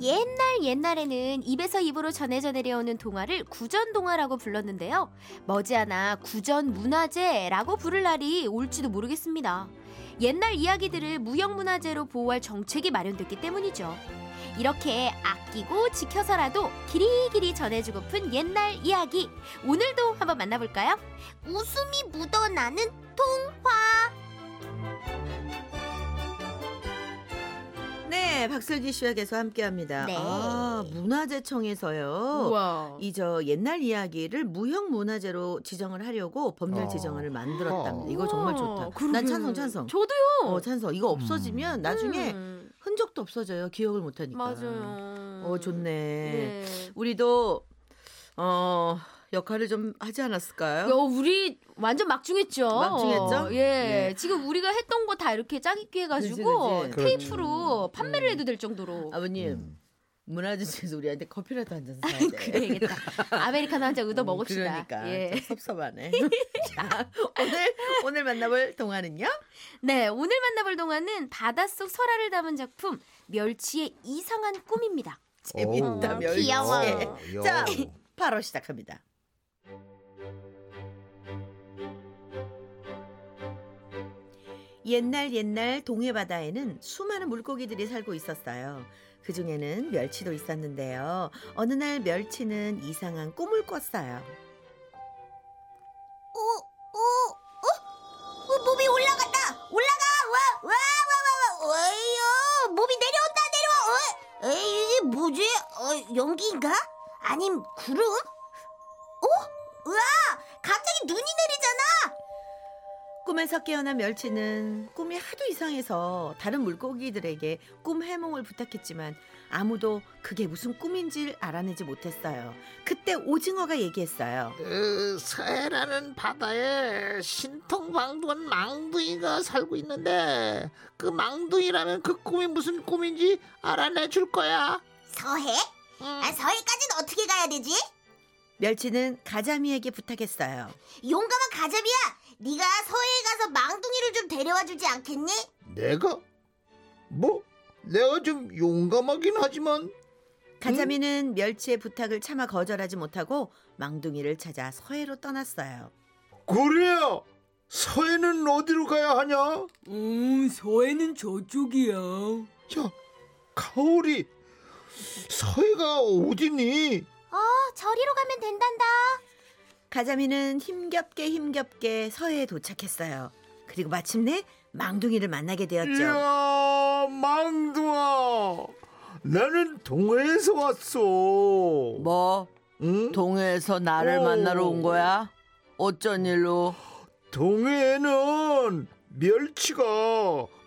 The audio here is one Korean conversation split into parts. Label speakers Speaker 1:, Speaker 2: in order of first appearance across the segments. Speaker 1: 옛날 옛날에는 입에서 입으로 전해져 내려오는 동화를 구전 동화라고 불렀는데요. 머지않아 구전 문화재라고 부를 날이 올지도 모르겠습니다. 옛날 이야기들을 무형문화재로 보호할 정책이 마련됐기 때문이죠. 이렇게 아끼고 지켜서라도 길이길이 전해주고픈 옛날 이야기 오늘도 한번 만나볼까요?
Speaker 2: 웃음이 묻어나는
Speaker 3: 네, 박슬기 씨와 계속 함께합니다.
Speaker 1: 네.
Speaker 3: 아, 문화재청에서요.
Speaker 1: 우와.
Speaker 3: 이 저 옛날 이야기를 무형 문화재로 지정을 하려고 법률
Speaker 4: 어.
Speaker 3: 지정을 만들었답니다. 이거 정말 좋다. 난 찬성 찬성.
Speaker 1: 저도요.
Speaker 3: 어, 찬성. 이거 없어지면 나중에
Speaker 1: 음,
Speaker 3: 흔적도 없어져요. 기억을 못 하니까.
Speaker 1: 맞아요.
Speaker 3: 어, 좋네.
Speaker 1: 음. 네.
Speaker 3: 우리도 어, 역할을 좀 하지 않았을까요?
Speaker 1: 어, 우리 완전 막중했죠.
Speaker 3: 막중했죠?
Speaker 1: 예.
Speaker 3: 네.
Speaker 1: 지금 우리가 했던 거 다 이렇게 짜깁기 해가지고
Speaker 3: 그지,
Speaker 4: 그지.
Speaker 1: 테이프로
Speaker 3: 그렇지.
Speaker 1: 판매를
Speaker 3: 음.
Speaker 1: 해도 될 정도로.
Speaker 3: 아버님,
Speaker 4: 음.
Speaker 3: 문화재청에서 우리한테 커피라도 한 잔 사야 돼.
Speaker 1: 그래야겠다. 아메리카노 한 잔 얻어
Speaker 3: 음,
Speaker 1: 먹읍시다.
Speaker 3: 그러니까
Speaker 1: 예.
Speaker 3: 좀 섭섭하네. 자, 오늘 오늘 만나볼 동화는요.
Speaker 1: 네, 오늘 만나볼 동화는 바닷속 설화를 담은 작품 멸치의 이상한 꿈입니다.
Speaker 3: 재밌다,
Speaker 2: 오,
Speaker 3: 멸치.
Speaker 2: 귀여워.
Speaker 3: 예.
Speaker 4: 요.
Speaker 3: 자, 바로 시작합니다. 옛날 옛날 동해 바다에는 수많은 물고기들이 살고 있었어요. 그 중에는 멸치도 있었는데요. 어느 날 멸치는 이상한 꿈을 꿨어요.
Speaker 2: 오, 오, 어? 어, 몸이 올라간다! 올라가! 와, 와, 와, 와, 와, 어이요! 몸이 내려온다, 내려와! 어? 에이, 이게 뭐지? 어, 연기인가? 아님, 구름? 어? 우와! 갑자기 눈이 내리잖아!
Speaker 3: 꿈에서 깨어난 멸치는 꿈이 하도 이상해서 다른 물고기들에게 꿈 해몽을 부탁했지만 아무도 그게 무슨 꿈인지 알아내지 못했어요. 그때 오징어가 얘기했어요.
Speaker 5: 그 서해라는 바다에 신통방두한 망둥이가 살고 있는데 그 망둥이라는 그 꿈이 무슨 꿈인지 알아내 줄 거야.
Speaker 2: 서해?
Speaker 5: 음.
Speaker 2: 아, 서해까지는 어떻게 가야 되지?
Speaker 3: 멸치는 가자미에게 부탁했어요.
Speaker 2: 용감한 가자비야! 네가 서해에 가서 망둥이를 좀 데려와 주지 않겠니?
Speaker 5: 내가 뭐 내가 좀 용감하긴 하지만
Speaker 3: 가자미는 멸치의 부탁을 차마 거절하지 못하고 망둥이를 찾아 서해로 떠났어요.
Speaker 5: 그래야 서해는 어디로 가야 하냐?
Speaker 6: 음, 서해는 저쪽이야.
Speaker 5: 야 가오리 서해가 어디니?
Speaker 2: 어, 저리로 가면 된단다.
Speaker 3: 가자미는 힘겹게 힘겹게 서해에 도착했어요. 그리고 마침내 망둥이를 만나게 되었죠.
Speaker 5: 이야 망둥아 나는 동해에서 왔어.
Speaker 7: 뭐
Speaker 5: 응?
Speaker 7: 동해에서 나를
Speaker 5: 오.
Speaker 7: 만나러 온 거야? 어쩐 일로?
Speaker 5: 동해에는 멸치가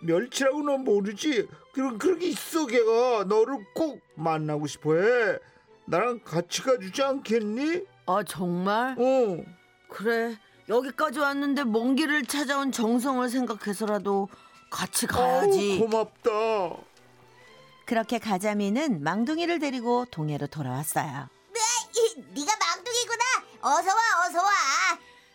Speaker 5: 멸치라고 넌 모르지 그런 그런 게 있어 걔가 너를 꼭 만나고 싶어해 나랑 같이 가주지 않겠니?
Speaker 7: 아 정말?
Speaker 5: 어
Speaker 7: 그래 여기까지 왔는데 먼 길을 찾아온 정성을 생각해서라도 같이
Speaker 5: 아우,
Speaker 7: 가야지.
Speaker 5: 고맙다
Speaker 3: 그렇게 가자미는 망둥이를 데리고 동해로 돌아왔어요.
Speaker 2: 이, 네가 망둥이구나. 어서 와, 어서 와.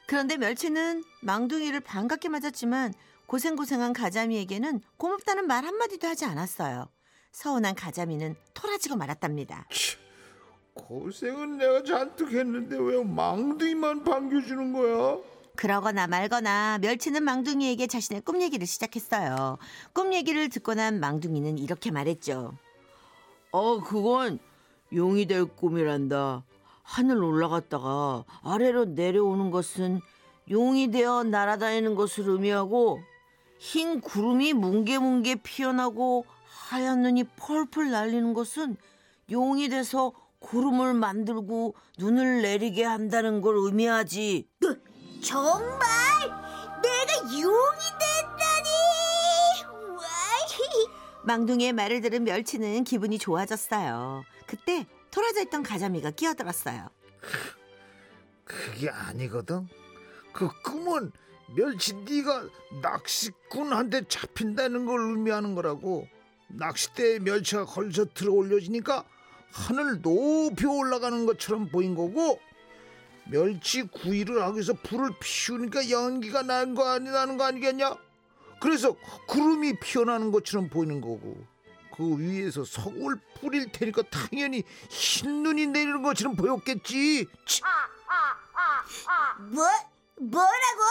Speaker 3: 그런데 멸치는 망둥이를 반갑게 맞았지만 고생고생한 가자미에게는 고맙다는 말 한마디도 하지 않았어요. 서운한 가자미는 토라지고 말았답니다.
Speaker 5: 고생은 내가 잔뜩 했는데 왜 망둥이만 반겨주는 거야?
Speaker 3: 그러거나 말거나 멸치는 망둥이에게 자신의 꿈 얘기를 시작했어요. 꿈 얘기를 듣고 난 망둥이는 이렇게 말했죠.
Speaker 7: 어 그건 용이 될 꿈이란다. 하늘 올라갔다가 아래로 내려오는 것은 용이 되어 날아다니는 것을 의미하고 흰 구름이 뭉게뭉게 피어나고 하얀 눈이 펄펄 날리는 것은 용이 돼서 구름을 만들고 눈을 내리게 한다는 걸 의미하지.
Speaker 2: 정말 내가 용이 된다니. 와,
Speaker 3: 망둥이의 말을 들은 멸치는 기분이 좋아졌어요. 그때 토라져 있던 가자미가 끼어들었어요.
Speaker 5: 그게 아니거든 그 꿈은 멸치 네가 낚시꾼한테 잡힌다는 걸 의미하는 거라고 낚싯대에 멸치가 걸려서 들어 올려지니까 하늘 높이 올라가는 것처럼 보인 거고 멸치 구이를 하기 위해서 불을 피우니까 연기가 나는 거 아니라는 거 아니겠냐 그래서 구름이 피어나는 것처럼 보이는 거고 그 위에서 석을 뿌릴 테니까 당연히 흰 눈이 내리는 것처럼 보였겠지. 치,
Speaker 2: 뭐 뭐라고?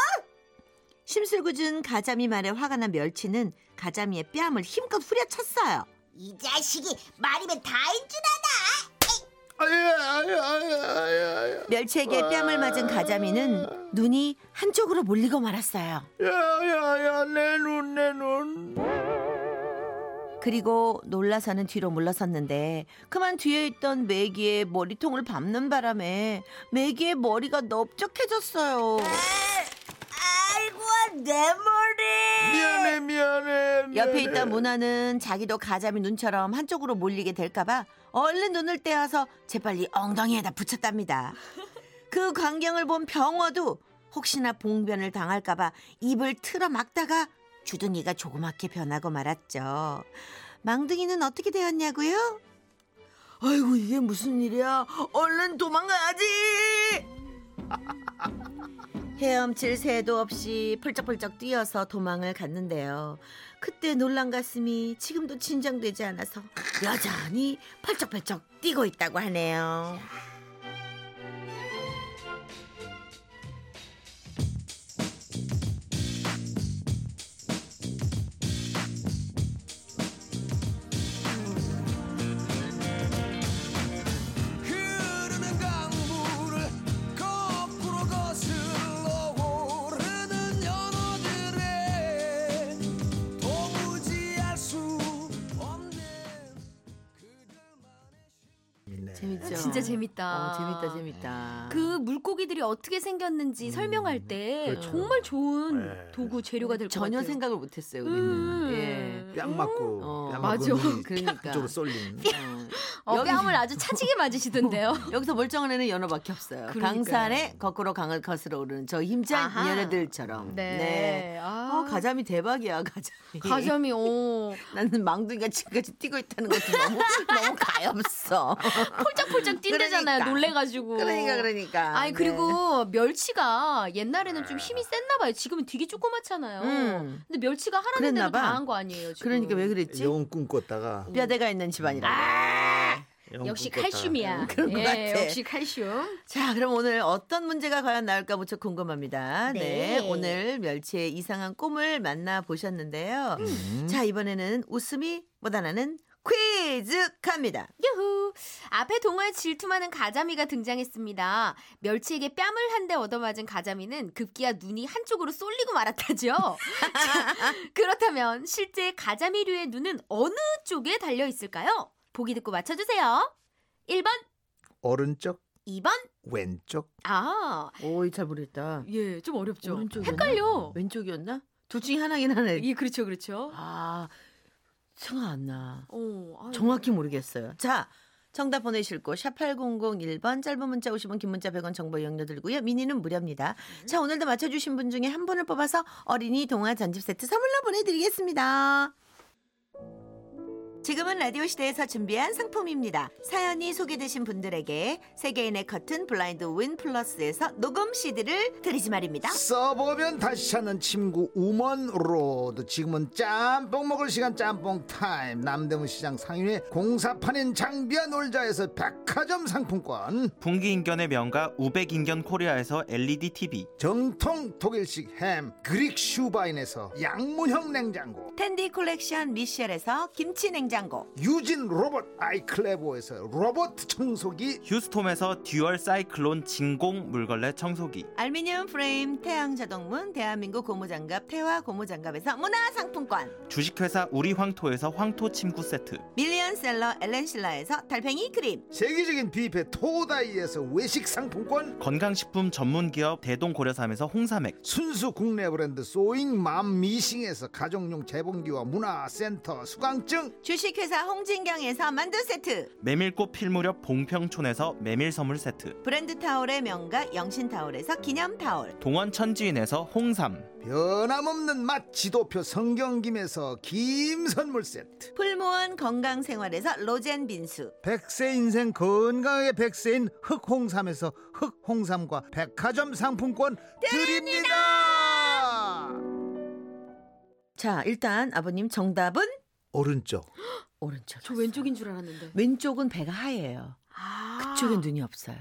Speaker 3: 심술궂은 가자미 말에 화가 난 멸치는 가자미의 뺨을 힘껏 후려쳤어요.
Speaker 2: 이 자식이 말이면 다인 줄 아나.
Speaker 5: 아야, 아야, 아야, 아야, 아야.
Speaker 3: 멸치에게 뺨을 맞은 가자미는 눈이 한쪽으로 몰리고 말았어요.
Speaker 5: 야야야 내 눈 내 눈
Speaker 3: 그리고 놀라서는 뒤로 물러섰는데 그만 뒤에 있던 메기의 머리통을 밟는 바람에 메기의 머리가 넓적해졌어요.
Speaker 2: 아이고 내 머리.
Speaker 5: 미안해 미안해 미안해.
Speaker 3: 옆에 있던 문화는 자기도 가자미 눈처럼 한쪽으로 몰리게 될까봐 얼른 눈을 떼어서 재빨리 엉덩이에다 붙였답니다. 그 광경을 본 병어도 혹시나 봉변을 당할까봐 입을 틀어 막다가 주둥이가 조그맣게 변하고 말았죠. 망둥이는 어떻게 되었냐고요? 아이고 이게 무슨 일이야? 얼른 도망가야지! 헤엄칠 새도 없이 펄쩍펄쩍 뛰어서 도망을 갔는데요. 그때 놀란 가슴이 지금도 진정되지 않아서 여전히 펄쩍펄쩍 뛰고 있다고 하네요.
Speaker 4: 흐르는 강물을 거꾸로 거슬러 오르는 연어들의 도무지 알 수 없는 그들만의
Speaker 7: 재밌죠.
Speaker 1: 진짜 재밌다.
Speaker 7: 어, 재밌다 재밌다.
Speaker 1: 그 물고기들이 어떻게 생겼는지 설명할 때
Speaker 5: 음, 그렇죠.
Speaker 1: 정말 좋은
Speaker 5: 네.
Speaker 1: 도구 재료가 그 될 것 같아요.
Speaker 7: 전혀 생각을 못했어요. 우리는.
Speaker 1: 음.
Speaker 7: 예.
Speaker 5: 뺨 맞고
Speaker 7: 어,
Speaker 5: 뺨
Speaker 1: 맞아.
Speaker 5: 맞고 눈이
Speaker 7: 그러니까.
Speaker 5: 쪽으로 쏠린
Speaker 7: 어,
Speaker 1: 어,
Speaker 7: 여기-
Speaker 1: 뺨을 아주 차지게 맞으시던데요.
Speaker 7: 여기서 멀쩡한 애는 연어밖에 없어요.
Speaker 1: 그러니까요.
Speaker 7: 강산에 거꾸로 강을 거슬러 오르는 저 힘찬
Speaker 1: 아하.
Speaker 7: 연애들처럼.
Speaker 1: 네.
Speaker 7: 어,
Speaker 1: 아, 어.
Speaker 7: 가자미 대박이야 가자미.
Speaker 1: 가자미. 오.
Speaker 7: 나는 망둥이가 지금까지 뛰고 있다는 것도 너무 너무 가엾어.
Speaker 1: 폴짝폴짝 뛴대잖아요.
Speaker 7: 그러니까.
Speaker 1: 놀래가지고.
Speaker 7: 그러니까 그러니까.
Speaker 1: 아니 그리고 멸치가 옛날에는 좀 힘이 셌나 봐요. 지금은 되게 조그맣잖아요.
Speaker 7: 아. 음.
Speaker 1: 근데 멸치가 하라는
Speaker 7: 그랬나
Speaker 1: 대로
Speaker 7: 봐.
Speaker 1: 다 한 거 아니에요.
Speaker 7: 네.
Speaker 1: 지금.
Speaker 7: 그러니까 왜 그랬지?
Speaker 5: 영혼 꿈꿨다가
Speaker 7: 뼈대가 있는 집안이라.
Speaker 5: 영혼
Speaker 1: 역시
Speaker 5: 꿈꿨다가.
Speaker 1: 칼슘이야.
Speaker 7: 그런 것
Speaker 1: 예,
Speaker 7: 같아.
Speaker 1: 역시 칼슘.
Speaker 7: 자, 그럼 오늘 어떤 문제가 과연 나올까 무척 궁금합니다. 네.
Speaker 1: 네.
Speaker 7: 오늘 멸치의 이상한 꿈을 만나 보셨는데요. 자, 이번에는 웃음이 묻어나는 퀴즈 갑니다.
Speaker 1: 유후. 앞에 동화에 질투많은 가자미가 등장했습니다. 멸치에게 뺨을 한 대 얻어맞은 가자미는 급기야 눈이 한쪽으로 쏠리고 말았다죠. 자, 그렇다면 실제 가자미류의 눈은 어느 쪽에 달려 있을까요? 보기 듣고 맞춰주세요. 1번,
Speaker 5: 오른쪽
Speaker 1: 2번.
Speaker 5: 왼쪽
Speaker 1: 아,
Speaker 7: 오이 잘 모르겠다.
Speaker 1: 예, 좀 어렵죠.
Speaker 7: 오른쪽이었나?
Speaker 1: 헷갈려.
Speaker 7: 왼쪽이었나? 둘 중에 하나긴 하네.
Speaker 1: 예, 그렇죠, 그렇죠.
Speaker 7: 아, 생각 안 나.
Speaker 1: 어, 아유.
Speaker 7: 정확히 모르겠어요. 자, 정답 보내실 곳, 샵8001번, 짧은 문자 50원, 긴 문자 100원 정보 이용료 들고요. 미니는 무료입니다. 자, 오늘도 맞춰주신 분 중에 한 분을 뽑아서 어린이 동화 전집 세트 선물로 보내드리겠습니다. 지금은 라디오 시대에서 준비한 상품입니다. 사연이 소개되신 분들에게 세계인의 커튼 블라인드 윈 플러스에서 녹음 CD를 드리지 말입니다.
Speaker 5: 써보면 다시 찾는 친구 우먼 로드 지금은 짬뽕 먹을 시간 짬뽕 타임 남대문 시장 상인의 공사판인 장비와 놀자에서 백화점 상품권
Speaker 8: 분기인견의 명가 우백인견 코리아에서 LED TV
Speaker 5: 정통 독일식 햄 그릭 슈바인에서 양문형 냉장고
Speaker 7: 텐디 콜렉션 미셸에서 김치 냉장고.
Speaker 5: 유진 로봇 아이클레보에서 로봇 청소기
Speaker 8: 휴스톰에서 듀얼 사이클론 진공 물걸레 청소기
Speaker 7: 알미늄 프레임 태양 자동문 대한민국 고무장갑 태화 고무장갑에서 문화상품권
Speaker 8: 주식회사 우리황토에서 황토 침구 세트
Speaker 7: 밀리언셀러 엘렌실라에서 달팽이 크림
Speaker 5: 세계적인 뷔페 토다이에서 외식 상품권
Speaker 8: 건강식품 전문기업 대동고려삼에서 홍삼액
Speaker 5: 순수 국내 브랜드 소잉맘 미싱에서 가정용 재봉기와 문화센터 수강증
Speaker 7: 주식회사 홍진경에서 만두 세트
Speaker 8: 메밀꽃 필무렵 봉평촌에서 메밀 선물 세트
Speaker 7: 브랜드 타올의 명가 영신 타올에서 기념 타올
Speaker 8: 동원 천지인에서 홍삼
Speaker 5: 변함없는 맛 지도표 성경김에서 김선물 세트
Speaker 7: 풀무원 건강생활에서 로젠 빈수
Speaker 5: 백세 인생 건강의 백세인 흑홍삼에서 흑홍삼과 백화점 상품권 드립니다
Speaker 7: 자 일단 아버님 정답은
Speaker 5: 오른쪽
Speaker 7: 오른쪽.
Speaker 6: 저 왼쪽인 줄 알았는데.
Speaker 7: 왼쪽은 배가 하얘요.
Speaker 6: 아.
Speaker 3: 네.
Speaker 7: 그쪽엔 눈이 없어요.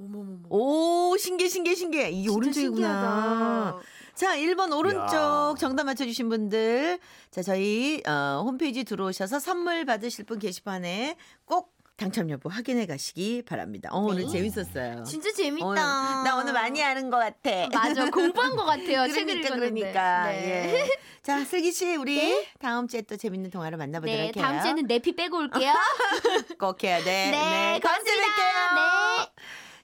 Speaker 6: 어머머머.
Speaker 3: 오, 신기해, 신기해, 신기해. 이게
Speaker 6: 진짜
Speaker 3: 오른쪽이구나.
Speaker 6: 신기하다.
Speaker 3: 자, 1번 오른쪽
Speaker 5: 야.
Speaker 3: 정답 맞춰주신 분들. 자, 저희 어, 홈페이지 들어오셔서 선물 받으실 분 게시판에 꼭 당첨 여부 확인해 가시기 바랍니다. 어, 오늘 재밌었어요.
Speaker 1: 네. 진짜 재밌다.
Speaker 3: 오늘, 나 오늘 많이 아는 것 같아.
Speaker 1: 맞아 공부한 것 같아요. 책을
Speaker 3: 그러니까
Speaker 1: 읽었는데.
Speaker 3: 그러니까
Speaker 1: 네.
Speaker 3: 예. 자 슬기 씨 우리 다음 주에 또 재밌는 동화로 만나보도록
Speaker 1: 네,
Speaker 3: 할게요.
Speaker 1: 다음 주에는 내피 빼고 올게요.
Speaker 3: 꼭 해야 돼.
Speaker 1: 네,
Speaker 3: 다음 주에 뵐게요.
Speaker 1: 고맙습니다.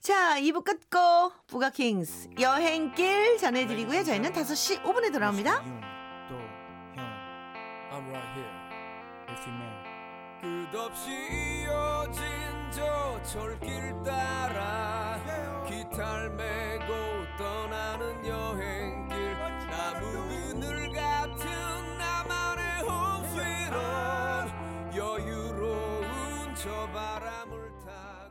Speaker 3: 자 2부 끝고 부가킹스 여행길 전해드리고요. 저희는 5시 5분에 돌아옵니다.
Speaker 4: I'm right here if you may 끝없이 이어진 저 철길 따라 기타를 메고 떠나는 여행길 나무 그늘 같은 나만의 홈스위로 여유로운 저 바람을 타